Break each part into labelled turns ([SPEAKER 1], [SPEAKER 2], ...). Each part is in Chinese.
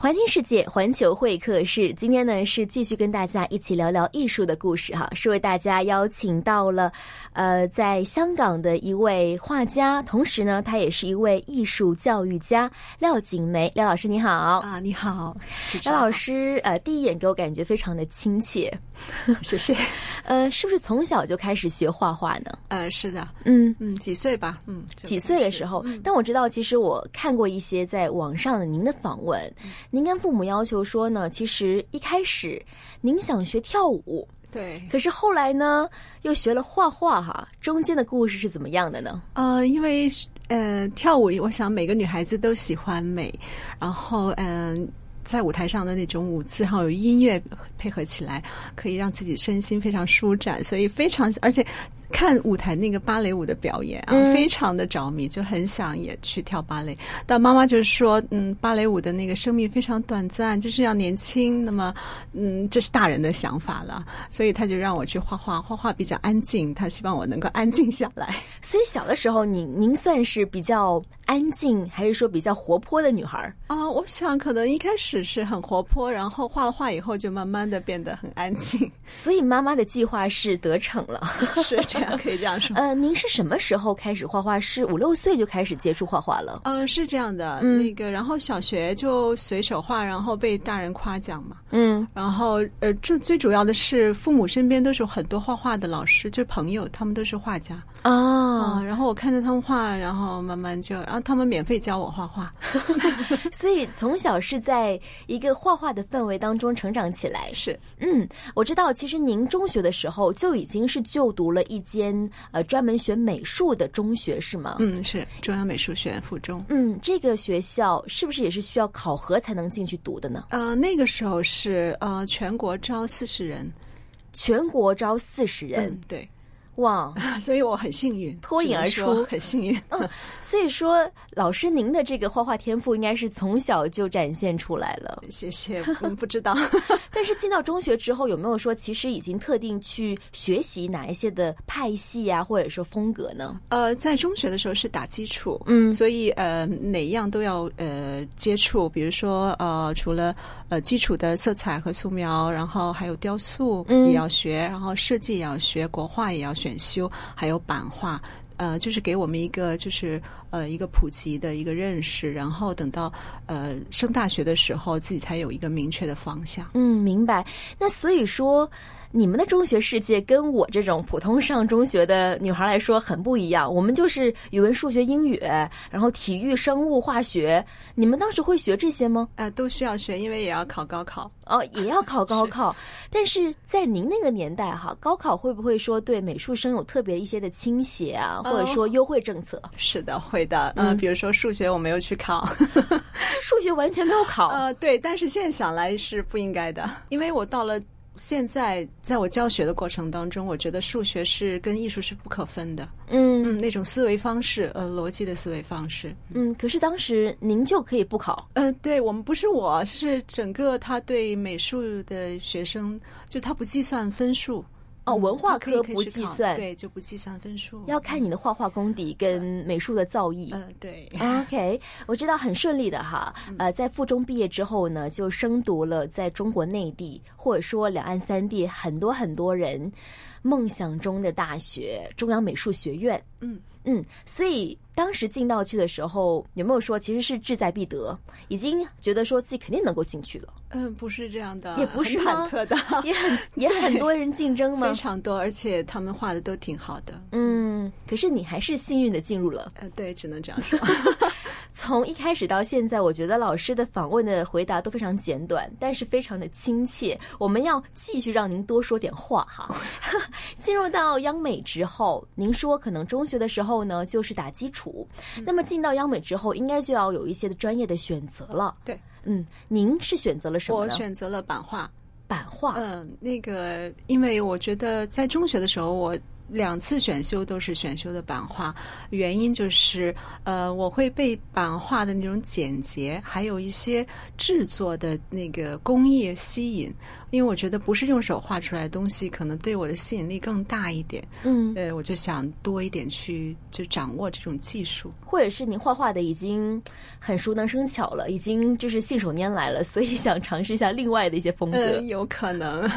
[SPEAKER 1] 环听世界，环球会客室，今天呢是继续跟大家一起聊聊艺术的故事哈，是为大家邀请到了，呃，在香港的一位画家，同时呢，他也是一位艺术教育家廖锦梅，廖老师你好，
[SPEAKER 2] 啊，你好，主持
[SPEAKER 1] 廖
[SPEAKER 2] 人好
[SPEAKER 1] 老，师，呃，第一眼给我感觉非常的亲切，
[SPEAKER 2] 谢谢。
[SPEAKER 1] 呃，是不是从小就开始学画画呢？
[SPEAKER 2] 呃，是的，
[SPEAKER 1] 嗯，
[SPEAKER 2] 嗯，几岁吧，嗯，就
[SPEAKER 1] 几岁的时候，
[SPEAKER 2] 嗯
[SPEAKER 1] 但我知道，其实我看过一些在网上的您的访问，您跟父母要求说呢，其实一开始您想学跳舞，
[SPEAKER 2] 对，
[SPEAKER 1] 可是后来呢又学了画画哈，中间的故事是怎么样的呢？
[SPEAKER 2] 呃，因为呃，跳舞，我想每个女孩子都喜欢美，然后嗯、在舞台上的那种舞姿，然后有音乐配合起来，可以让自己身心非常舒展，所以非常，而且看舞台那个芭蕾舞的表演啊，
[SPEAKER 1] 嗯
[SPEAKER 2] 非常的着迷，就很想也去跳芭蕾。但妈妈就是说，嗯，芭蕾舞的那个生命非常短暂，就是要年轻。那么，嗯，这是大人的想法了，所以她就让我去画画，画画比较安静，她希望我能够安静下来。
[SPEAKER 1] 所以小的时候，您您算是比较安静，还是说比较活泼的女孩儿？
[SPEAKER 2] 啊、我想可能一开始是很活泼，然后画了画以后就慢慢的变得很安 静，
[SPEAKER 1] 所以妈妈的计划是得逞了。
[SPEAKER 2] 是这样，可以这样说。
[SPEAKER 1] 呃，您是什么时候开始画画？是五六岁就开始接触画画了？
[SPEAKER 2] 嗯、是这样的，
[SPEAKER 1] 嗯
[SPEAKER 2] 那个，然后小学就随手画，然后被大人夸奖嘛，
[SPEAKER 1] 嗯
[SPEAKER 2] 然后呃，最最主要的是父母身边都是有很多画画的老师，就是朋友，他们都是画家啊、
[SPEAKER 1] 啊，
[SPEAKER 2] 然后我看着他们画，然后慢慢就，然后他们免费教我画画，
[SPEAKER 1] 所以从小是在一个画画的氛围当中成长起来。
[SPEAKER 2] 是
[SPEAKER 1] 嗯，我知道，其实您中学的时候就已经是就读了一间呃专门学美术的中学，是吗？
[SPEAKER 2] 嗯，是中央美术学院附中。
[SPEAKER 1] 嗯，这个学校是不是也是需要考核才能进去读的呢？
[SPEAKER 2] 呃，那个时候是呃，全国招四十人，
[SPEAKER 1] 全国招四十人，
[SPEAKER 2] 嗯，对，
[SPEAKER 1] 哇！
[SPEAKER 2] 所以我很幸运，
[SPEAKER 1] 脱颖而出嗯
[SPEAKER 2] 只能说很幸运。
[SPEAKER 1] 所以说，老师您的这个画画天赋应该是从小就展现出来了。
[SPEAKER 2] 谢谢，嗯 不知道。
[SPEAKER 1] 但是进到中学之后，有没有说其实已经特定去学习哪一些的派系啊，或者说风格呢？
[SPEAKER 2] 呃，在中学的时候是打基础，
[SPEAKER 1] 嗯
[SPEAKER 2] 所以呃哪一样都要呃接触，比如说呃除了呃基础的色彩和素描，然后还有雕塑
[SPEAKER 1] 嗯
[SPEAKER 2] 也要学，然后设计也要学，国画也要选修，还有版画。呃，就是给我们一个就是呃一个普及的一个认识，然后等到呃升大学的时候，自己才有一个明确的方向。
[SPEAKER 1] 嗯，明白。那所以说，你们的中学世界跟我这种普通上中学的女孩来说很不一样。我们就是语文、数学、英语，然后体育、生物、化学。你们当时会学这些吗？
[SPEAKER 2] 呃，都需要学，因为也要考高考。
[SPEAKER 1] 哦，也要考高考，但 是在您那个年代哈，高考会不会说对美术生有特别一些的倾斜啊，或者说优惠政策？
[SPEAKER 2] 是的，会的。呃，
[SPEAKER 1] 嗯
[SPEAKER 2] 比如说数学我没有去考，
[SPEAKER 1] 数学完全没有考，
[SPEAKER 2] 呃，对，但是现在想来是不应该的， 因为我到了。现在，在我教学的过程当中，我觉得数学是跟艺术是不可分的，
[SPEAKER 1] 嗯
[SPEAKER 2] 嗯，那种思维方式，呃，逻辑的思维方式，
[SPEAKER 1] 嗯，可是当时您就可以不考，
[SPEAKER 2] 呃，对我们不是我，是整个他对美术的学生，就他不计算分数，
[SPEAKER 1] 哦
[SPEAKER 2] 嗯
[SPEAKER 1] 文化
[SPEAKER 2] 他可以
[SPEAKER 1] 科
[SPEAKER 2] 可以
[SPEAKER 1] 不
[SPEAKER 2] 去
[SPEAKER 1] 计
[SPEAKER 2] 考
[SPEAKER 1] 算
[SPEAKER 2] 对，就不计算分数，
[SPEAKER 1] 要看你的画画功底跟美术的造诣。
[SPEAKER 2] 嗯，呃，对，
[SPEAKER 1] OK，我知道很顺利的哈，
[SPEAKER 2] 嗯
[SPEAKER 1] 呃，在附中毕业之后呢，就升读了在中国内地或者说两岸三地很多很多人梦想中的大学——中央美术学院。
[SPEAKER 2] 嗯
[SPEAKER 1] 嗯，所以当时进到去的时候，有没有说其实是志在必得，已经觉得说自己肯定能够进去了，
[SPEAKER 2] 嗯，不是这样的，
[SPEAKER 1] 也不
[SPEAKER 2] 很
[SPEAKER 1] 是吗
[SPEAKER 2] 忐忑的，
[SPEAKER 1] 也很也很多人竞争吗
[SPEAKER 2] 非？常多，而且他们画的都挺好的。
[SPEAKER 1] 嗯，可是你还是幸运的进入了。
[SPEAKER 2] 呃，对，只能这样说。
[SPEAKER 1] 从一开始到现在，我觉得老师的访问的回答都非常简短，但是非常的亲切。我们要继续让您多说点话哈。 进入到央美之后，您说可能中学的时候呢就是打基础，
[SPEAKER 2] 嗯
[SPEAKER 1] 那么进到央美之后，应该就要有一些的专业的选择了。
[SPEAKER 2] 对，
[SPEAKER 1] 嗯，您是选择了什么
[SPEAKER 2] 我
[SPEAKER 1] 呢？
[SPEAKER 2] 选呃择了版画。
[SPEAKER 1] 版画。
[SPEAKER 2] 嗯，那个，因为我觉得在中学的时候，我两次选修都是选修的版画，原因就是呃，我会被版画的那种简洁，还有一些制作的那个工艺吸引，因为我觉得不是用手画出来的东西，可能对我的吸引力更大一点。
[SPEAKER 1] 嗯，
[SPEAKER 2] 呃，我就想多一点去就掌握这种技术。
[SPEAKER 1] 或者是您画画的已经很熟能生巧了，已经就是信手拈来了，所以想尝试一下另外的一些风格。
[SPEAKER 2] 嗯，有可能。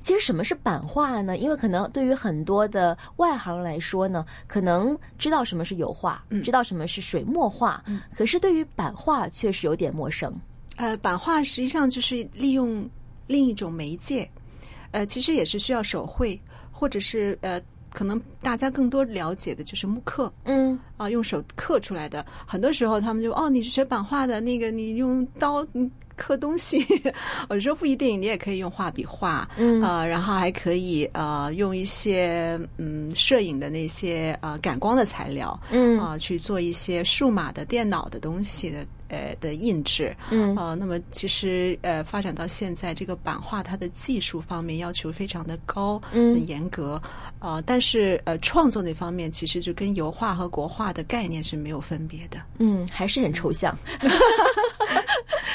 [SPEAKER 1] 其实什么是版画呢？因为可能对于很多的外行来说呢，可能知道什么是油画，知道什么是水墨画，可是对于版画确实有点陌生。
[SPEAKER 2] 呃，版画实际上就是利用另一种媒介，呃，其实也是需要手绘，或者是呃，可能大家更多了解的就是木刻
[SPEAKER 1] 嗯，
[SPEAKER 2] 啊、用手刻出来的。很多时候他们就哦，你是学版画的，那个你用刀嗯刻东西， 我说不一定，你也可以用画笔画，
[SPEAKER 1] 嗯
[SPEAKER 2] 呃，然后还可以呃用一些嗯摄影的那些呃感光的材料，
[SPEAKER 1] 嗯
[SPEAKER 2] 啊、去做一些数码的电脑的东西的呃的印制，
[SPEAKER 1] 嗯
[SPEAKER 2] 啊、那么其实呃发展到现在，这个版画它的技术方面要求非常的高，
[SPEAKER 1] 嗯
[SPEAKER 2] 很严格，啊、但是呃创作那方面其实就跟油画和国画的概念是没有分别的，
[SPEAKER 1] 嗯，还是很抽象。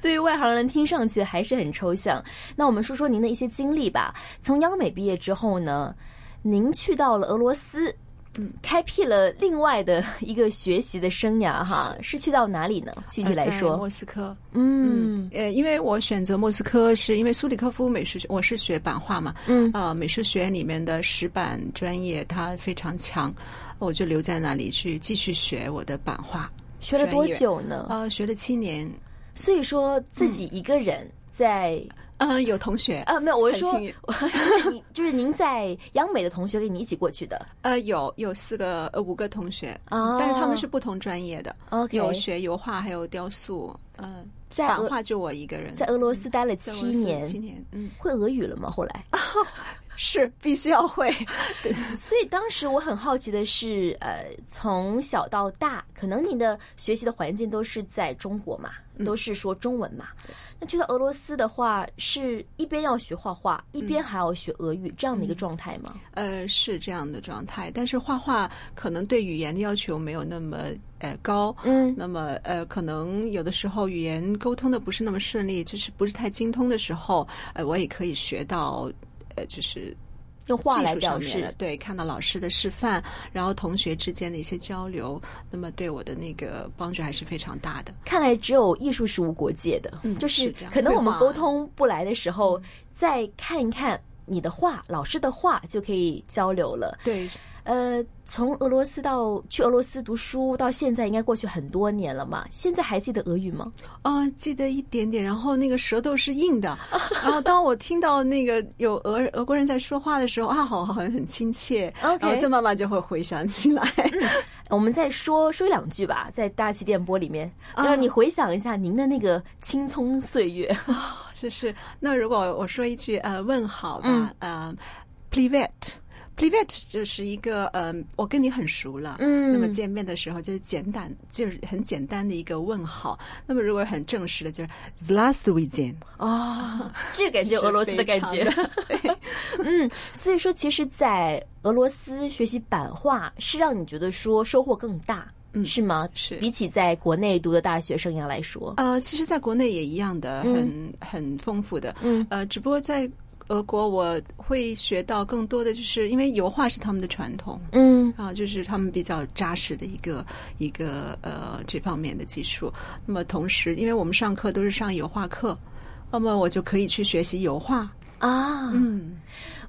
[SPEAKER 1] 对于外行人听上去还是很抽象。那我们说说您的一些经历吧。从央美毕业之后呢，您去到了俄罗斯，嗯，开辟了另外的一个学习的生涯哈，是去到哪里呢？具体
[SPEAKER 2] 呃
[SPEAKER 1] 来
[SPEAKER 2] 在
[SPEAKER 1] 说，
[SPEAKER 2] 莫斯科，
[SPEAKER 1] 嗯
[SPEAKER 2] 呃，因为我选择莫斯科是因为苏里科夫美术学，我是学版画嘛，
[SPEAKER 1] 嗯
[SPEAKER 2] 啊、美术学院里面的石板专业它非常强，我就留在那里去继续学我的版画，
[SPEAKER 1] 学了多久呢？
[SPEAKER 2] 呃，学了七年，
[SPEAKER 1] 啊所以说自己一个人在、
[SPEAKER 2] 呃，有同学，
[SPEAKER 1] 啊，没有，我是
[SPEAKER 2] 很
[SPEAKER 1] 说
[SPEAKER 2] 幸运，
[SPEAKER 1] 我 就是您就是您在央美的同学跟你一起过去的。
[SPEAKER 2] 呃，有有四个呃五个同学，
[SPEAKER 1] 哦
[SPEAKER 2] 但是他们是不同专业的
[SPEAKER 1] OK
[SPEAKER 2] 有学油画，还有雕塑，嗯、
[SPEAKER 1] 在
[SPEAKER 2] 版
[SPEAKER 1] 俄
[SPEAKER 2] 画就我一个人，
[SPEAKER 1] 在俄罗斯待了
[SPEAKER 2] 在俄
[SPEAKER 1] 七
[SPEAKER 2] 罗斯
[SPEAKER 1] 年，
[SPEAKER 2] 七年，嗯，
[SPEAKER 1] 会俄语了吗？后来，
[SPEAKER 2] 是必须要会，
[SPEAKER 1] 所以当时我很好奇的是，呃，从小到大，可能你的学习的环境都是在中国嘛，都是说中文嘛。那去到俄罗斯的话，是一边要学画画，一边还要学俄语，这样的一个状态吗？
[SPEAKER 2] 呃，是这样的状态，但是画画可能对语言的要求没有那么呃高，
[SPEAKER 1] 嗯
[SPEAKER 2] 那么呃，可能有的时候语言沟通的不是那么顺利，就是不是太精通的时候，呃，我也可以学到呃，就是
[SPEAKER 1] 用画
[SPEAKER 2] 技
[SPEAKER 1] 来
[SPEAKER 2] 术
[SPEAKER 1] 表
[SPEAKER 2] 上面了
[SPEAKER 1] 示。
[SPEAKER 2] 对，看到老师的示范，然后同学之间的一些交流，那么对我的那个帮助还是非常大的。
[SPEAKER 1] 看来只有艺术是无国界的，
[SPEAKER 2] 嗯
[SPEAKER 1] 就是
[SPEAKER 2] 是这样嗯
[SPEAKER 1] 可能我们
[SPEAKER 2] 绘画
[SPEAKER 1] 沟通不来的时候，再看一看你的画，老师的画就可以交流了。
[SPEAKER 2] 对，
[SPEAKER 1] 呃，从俄罗斯到去俄罗斯读书到现在，应该过去很多年了嘛。现在还记得俄语吗？
[SPEAKER 2] 啊、记得一点点，然后那个舌头是硬 的，然后当我听到那个有俄俄国人在说话的时候，啊，好，好像很亲切
[SPEAKER 1] OK
[SPEAKER 2] 然后就慢慢就会回想起来。
[SPEAKER 1] 我们再说说一两句吧，在大气电波里面，
[SPEAKER 2] 啊
[SPEAKER 1] 让你回想一下您的那个青葱岁月。
[SPEAKER 2] 就是那如果我说一句呃问好吧
[SPEAKER 1] 嗯，
[SPEAKER 2] 呃 p l i v e t p l i v e t 就是一个呃，我跟你很熟了，
[SPEAKER 1] 嗯
[SPEAKER 2] 那么见面的时候就是简单，就是很简单的一个问好。那么如果很正式的，就是 z l a s t w e e k e n
[SPEAKER 1] 哦， 这感觉俄罗斯的感觉。 嗯，所以说，其实，在俄罗斯学习版画是让你觉得说收获更大，
[SPEAKER 2] 嗯
[SPEAKER 1] 是吗？
[SPEAKER 2] 是
[SPEAKER 1] 比起在国内读的大学生涯来说，
[SPEAKER 2] 呃，其实在国内也一样的，很、很丰富的。
[SPEAKER 1] 嗯
[SPEAKER 2] 呃，只不过在俄国我会学到更多的，就是因为油画是他们的传统。
[SPEAKER 1] 嗯
[SPEAKER 2] 啊，就是他们比较扎实的一个一个呃这方面的技术。那么同时，因为我们上课都是上油画课，那么我就可以去学习油画。
[SPEAKER 1] 啊，
[SPEAKER 2] 嗯，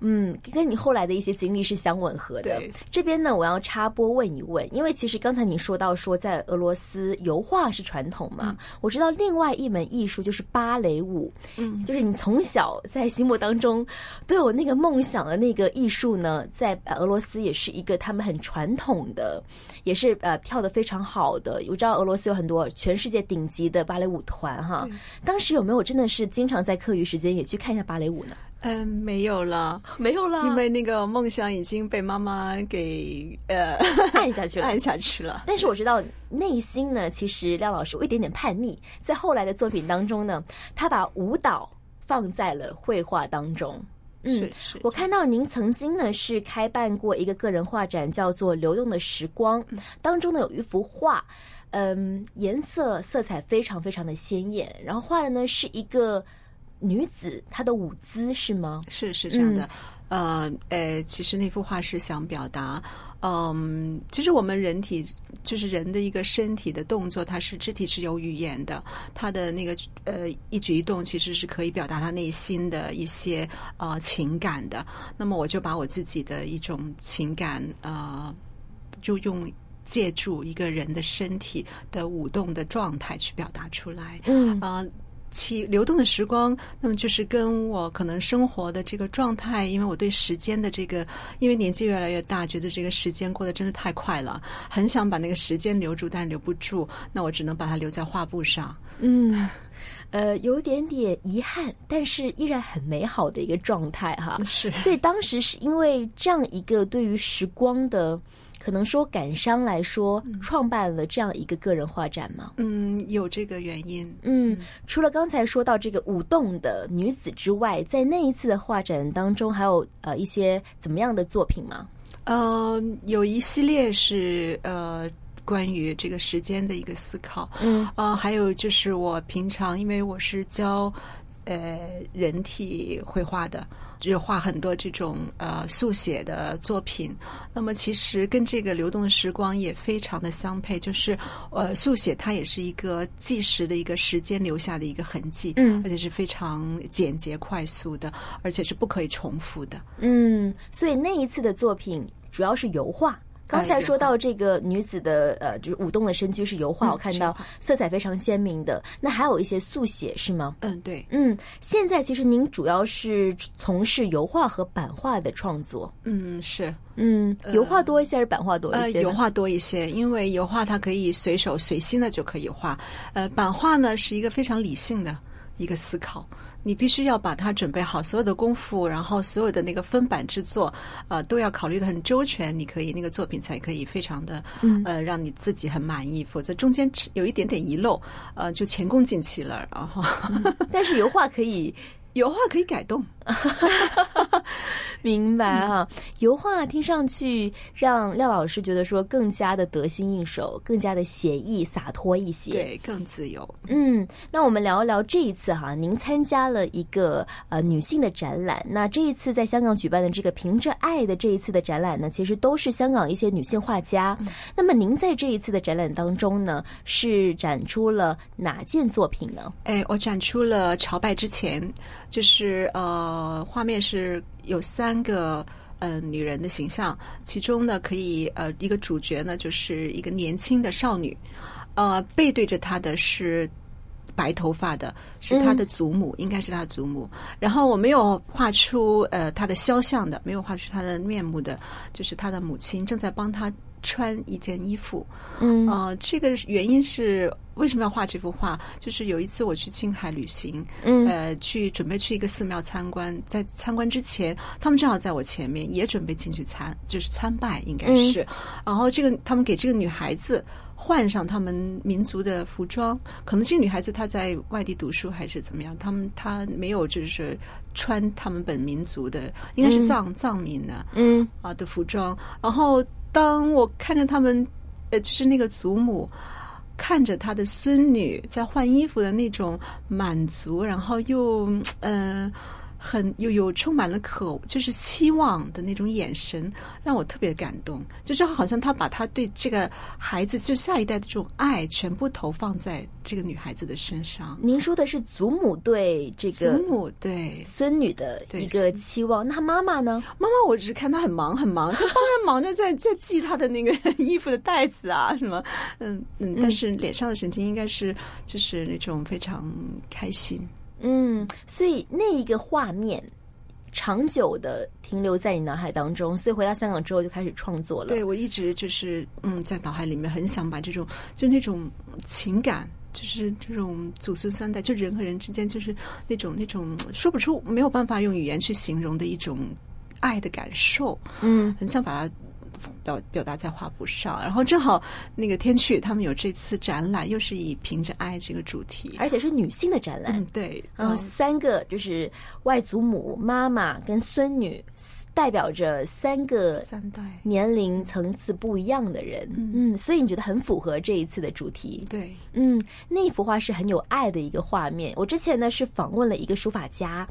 [SPEAKER 1] 嗯，跟你后来的一些经历是相吻合的
[SPEAKER 2] 对。
[SPEAKER 1] 这边呢，我要插播问一问，因为其实刚才你说到说在俄罗斯油画是传统嘛，我知道另外一门艺术就是芭蕾舞，
[SPEAKER 2] 嗯，
[SPEAKER 1] 就是你从小在心目当中都有那个梦想的那个艺术呢，在呃俄罗斯也是一个他们很传统的，也是呃跳得非常好的。我知道俄罗斯有很多全世界顶级的芭蕾舞团哈，当时有没有真的是经常在课余时间也去看一下芭蕾舞呢？
[SPEAKER 2] 嗯、没有了，
[SPEAKER 1] 没有啦
[SPEAKER 2] 因为那个梦想已经被妈妈给呃
[SPEAKER 1] 按下去了。
[SPEAKER 2] 按下去了。
[SPEAKER 1] 但是我知道内心呢，其实廖老师有一点点叛逆，在后来的作品当中呢，他把舞蹈放在了绘画当中。
[SPEAKER 2] 嗯，是
[SPEAKER 1] 我看到您曾经呢是开办过一个个人画展，叫做《流动的时光》，当中呢有一幅画，嗯，颜色色彩非常非常的鲜艳，然后画的呢是一个女子，她的舞姿是吗？
[SPEAKER 2] 是是这样的。呃，呃，其实那幅画是想表达，嗯，其实我们人体就是人的一个身体的动作，它是肢体是有语言的，它的那个呃一举一动其实是可以表达他内心的一些呃情感的。那么我就把我自己的一种情感呃，就用借助一个人的身体的舞动的状态去表达出来。
[SPEAKER 1] 嗯
[SPEAKER 2] 啊、其流动的时光，那么就是跟我可能生活的这个状态，因为我对时间的这个，因为年纪越来越大，觉得这个时间过得真的太快了，很想把那个时间留住，但是留不住，那我只能把它留在画布上。
[SPEAKER 1] 嗯，呃，有点点遗憾，但是依然很美好的一个状态哈。
[SPEAKER 2] 是
[SPEAKER 1] 所以当时是因为这样一个对于时光的。可能说感伤来说，创办了这样一个个人画展吗？
[SPEAKER 2] 嗯，有这个原因。
[SPEAKER 1] 嗯，除了刚才说到这个舞动的女子之外，在那一次的画展当中，还有呃一些怎么样的作品吗？
[SPEAKER 2] 呃，有一系列是呃关于这个时间的一个思考。
[SPEAKER 1] 嗯
[SPEAKER 2] 呃，还有就是我平常因为我是教呃人体绘画的，就是画很多这种呃速写的作品。那么其实跟这个流动的时光也非常的相配，就是呃速写它也是一个计时的一个时间留下的一个痕迹，
[SPEAKER 1] 嗯
[SPEAKER 2] 而且是非常简洁快速的，而且是不可以重复的。
[SPEAKER 1] 嗯，所以那一次的作品主要是油画。刚才说到这个女子的呃，就是舞动的身躯是油画，
[SPEAKER 2] 嗯
[SPEAKER 1] 我看到
[SPEAKER 2] 是
[SPEAKER 1] 色彩非常鲜明的。那还有一些速写是吗？
[SPEAKER 2] 嗯，对。
[SPEAKER 1] 嗯，现在其实您主要是从事油画和版画的创作。
[SPEAKER 2] 嗯，是，
[SPEAKER 1] 嗯，油画多一些还是版画多一些呢？
[SPEAKER 2] 油画呃多一些，因为油画它可以随手随心的就可以画，呃，版画呢是一个非常理性的一个思考，你必须要把它准备好所有的功夫，然后所有的那个分版制作，呃，都要考虑的很周全，你可以那个作品才可以非常的，
[SPEAKER 1] 嗯
[SPEAKER 2] 呃，让你自己很满意，否则中间有一点点遗漏，呃，就前功尽弃了，然后。
[SPEAKER 1] 但是油画可以
[SPEAKER 2] 油画可以改动，
[SPEAKER 1] 明白啊哈、 油画听上去让廖老师觉得说更加的得心应手，更加的写意洒脱一些。，
[SPEAKER 2] 对，更自由。
[SPEAKER 1] 嗯，那我们聊一聊这一次哈，您参加了一个呃女性的展览。那这一次在香港举办的这个“凭着爱”的这一次的展览呢，其实都是香港一些女性画家。那么您在这一次的展览当中呢，是展出了哪件作品呢？
[SPEAKER 2] 哎，我展出了朝拜之前，就是呃，画面是有三个呃女人的形象，其中呢可以呃一个主角呢就是一个年轻的少女，呃背对着她的是白头发的，是她的祖母，应该是她的祖母。然后我没有画出呃她的肖像的，没有画出她的面目的，就是她的母亲正在帮她穿一件衣服。
[SPEAKER 1] 嗯
[SPEAKER 2] 呃，这个原因是为什么要画这幅画？就是有一次我去青海旅行，
[SPEAKER 1] 嗯
[SPEAKER 2] 呃，去准备去一个寺庙参观，在参观之前，他们正好在我前面，也准备进去参，就是参拜，应该
[SPEAKER 1] 嗯
[SPEAKER 2] 是。然后这个他们给这个女孩子换上他们民族的服装，可能这个女孩子她在外地读书还是怎么样，他们她没有就是穿他们本民族的，应该是藏、藏民的。
[SPEAKER 1] 嗯
[SPEAKER 2] 啊的服装。然后当我看着他们，呃，就是那个祖母看着她的孙女在换衣服的那种满足，然后又嗯、呃很又有充满了渴，就是希望的那种眼神，让我特别感动。就是好像他把他对这个孩子，就下一代的这种爱，全部投放在这个女孩子的身上。
[SPEAKER 1] 您说的是祖母对这
[SPEAKER 2] 祖
[SPEAKER 1] 个
[SPEAKER 2] 母对，
[SPEAKER 1] 孙女的一个期望。那她妈妈呢？
[SPEAKER 2] 妈妈，我只看她很忙很忙，她当然忙着在在系她的那个衣服的带子啊什么，嗯嗯，但是脸上的神情应该是就是那种非常开心。
[SPEAKER 1] 嗯，所以那一个画面长久的停留在你脑海当中，所以回到香港之后就开始创作了。
[SPEAKER 2] 对我一直就是嗯，在脑海里面很想把这种就那种情感。就是这种祖孙三代，就人和人之间，就是那种那种说不出、没有办法用语言去形容的一种爱的感受，
[SPEAKER 1] 嗯
[SPEAKER 2] 很想把它表表达在花布上。然后正好那个天趣他们有这次展览，又是以凭着爱这个主题，
[SPEAKER 1] 而且是女性的展览。
[SPEAKER 2] 嗯，对，
[SPEAKER 1] 然后
[SPEAKER 2] 嗯
[SPEAKER 1] 三个就是外祖母、妈妈跟孙女，代表着三个
[SPEAKER 2] 三代，
[SPEAKER 1] 年龄层次不一样的人。嗯，所以你觉得很符合这一次的主题。
[SPEAKER 2] 对，
[SPEAKER 1] 嗯，那幅画是很有爱的一个画面。我之前呢是访问了一个书法家，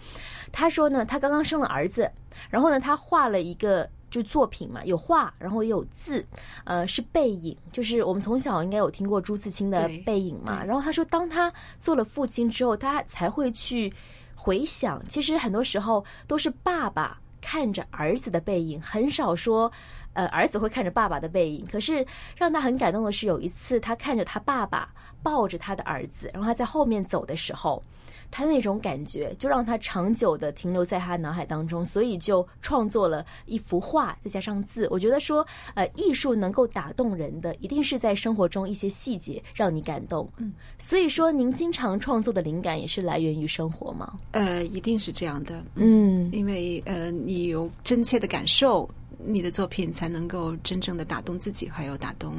[SPEAKER 1] 他说呢他刚刚生了儿子，然后呢他画了一个。就作品嘛，有画，然后也有字，呃，是背影，就是我们从小应该有听过朱自清的
[SPEAKER 2] 对
[SPEAKER 1] 《背影》嘛。然后他说，当他做了父亲之后，他才会去回想，其实很多时候都是爸爸看着儿子的背影，很少说，呃，儿子会看着爸爸的背影。可是让他很感动的是，有一次他看着他爸爸抱着他的儿子，然后他在后面走的时候，他那种感觉就让他长久的停留在他脑海当中，所以就创作了一幅画，再加上字。我觉得说，呃，艺术能够打动人的，一定是在生活中一些细节让你感动。嗯，所以说您经常创作的灵感也是来源于生活吗？
[SPEAKER 2] 呃，一定是这样的，
[SPEAKER 1] 嗯
[SPEAKER 2] 因为呃，你有真切的感受，你的作品才能够真正的打动自己，还有打动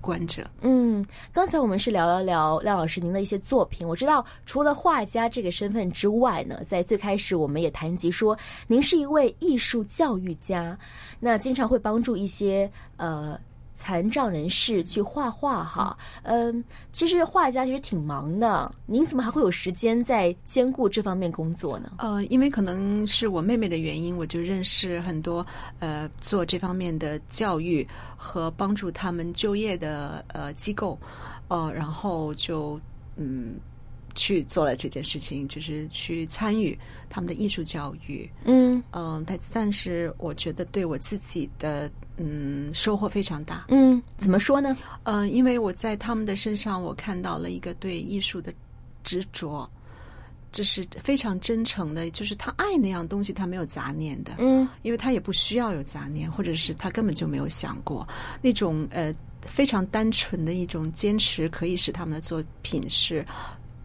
[SPEAKER 2] 观者。
[SPEAKER 1] 嗯，刚才我们是聊了聊廖老师您的一些作品。我知道，除了画家这个身份之外呢，在最开始我们也谈及说，您是一位艺术教育家，那经常会帮助一些呃残障人士去画画哈。嗯、其实画家其实挺忙的，您怎么还会有时间在兼顾这方面工作呢？
[SPEAKER 2] 呃，因为可能是我妹妹的原因，我就认识很多呃做这方面的教育和帮助他们就业的呃机构，呃，然后就嗯去做了这件事情，就是去参与他们的艺术教育。
[SPEAKER 1] 嗯
[SPEAKER 2] 嗯、但但是我觉得对我自己的嗯收获非常大。
[SPEAKER 1] 嗯，怎么说呢？
[SPEAKER 2] 嗯、因为我在他们的身上，我看到了一个对艺术的执着，这是非常真诚的，就是他爱那样东西，他没有杂念的，
[SPEAKER 1] 嗯
[SPEAKER 2] 因为他也不需要有杂念，或者是他根本就没有想过那种呃非常单纯的一种坚持，可以使他们的作品是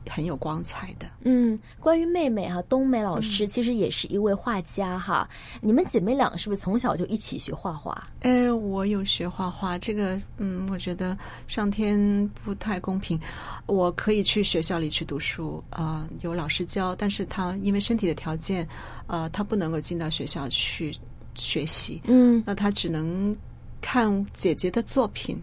[SPEAKER 2] 很有光彩的。
[SPEAKER 1] 嗯，关于妹妹哈、冬梅老师其实也是一位画家哈。你们姐妹俩是不是从小就一起学画画？
[SPEAKER 2] 呃，我有学画画，这个嗯，我觉得上天不太公平。我可以去学校里去读书啊、呃有老师教，但是他因为身体的条件，呃，他不能够进到学校去学习，
[SPEAKER 1] 嗯
[SPEAKER 2] 那他只能看姐姐的作品。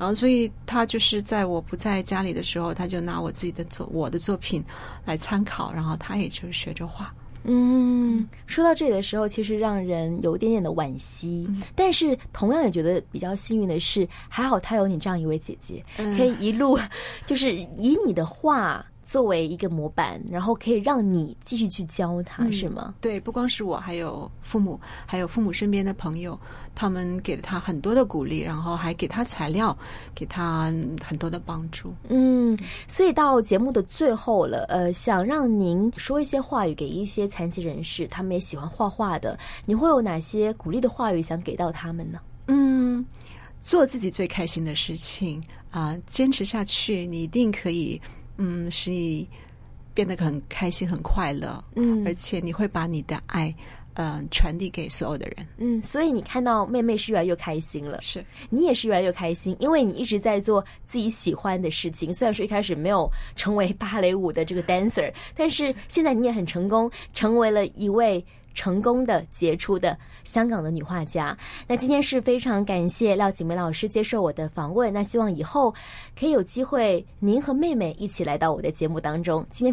[SPEAKER 2] 然后，所以他就是在我不在家里的时候，他就拿我自己的作我的作品来参考，然后他也就是学着画。
[SPEAKER 1] 嗯，说到这里的时候，其实让人有一点点的惋惜，但是同样也觉得比较幸运的是，还好她有你这样一位姐姐，可以一路 就是以你的画作为一个模板，然后可以让你继续去教她，是吗？
[SPEAKER 2] 对，不光是我，还有父母，还有父母身边的朋友，他们给了他很多的鼓励，然后还给他材料，给他嗯很多的帮助。
[SPEAKER 1] 嗯，所以到节目的最后了，呃，想让您说一些话语给一些残疾人士，他们也喜欢画画的，你会有哪些鼓励的话语想给到他们呢？
[SPEAKER 2] 嗯，做自己最开心的事情啊、坚持下去，你一定可以，嗯，使你变得很开心、很快乐，
[SPEAKER 1] 嗯
[SPEAKER 2] 而且你会把你的爱，嗯、传递给所有的人。
[SPEAKER 1] 嗯，所以你看到妹妹是越来越开心了，
[SPEAKER 2] 是，
[SPEAKER 1] 你也是越来越开心，因为你一直在做自己喜欢的事情。虽然说一开始没有成为芭蕾舞的这个 dancer，但是现在你也很成功，成为了一位。成功的、杰出的香港的女画家。那今天是非常感谢廖景梅老师接受我的访问。那希望以后可以有机会，您和妹妹一起来到我的节目当中。今天。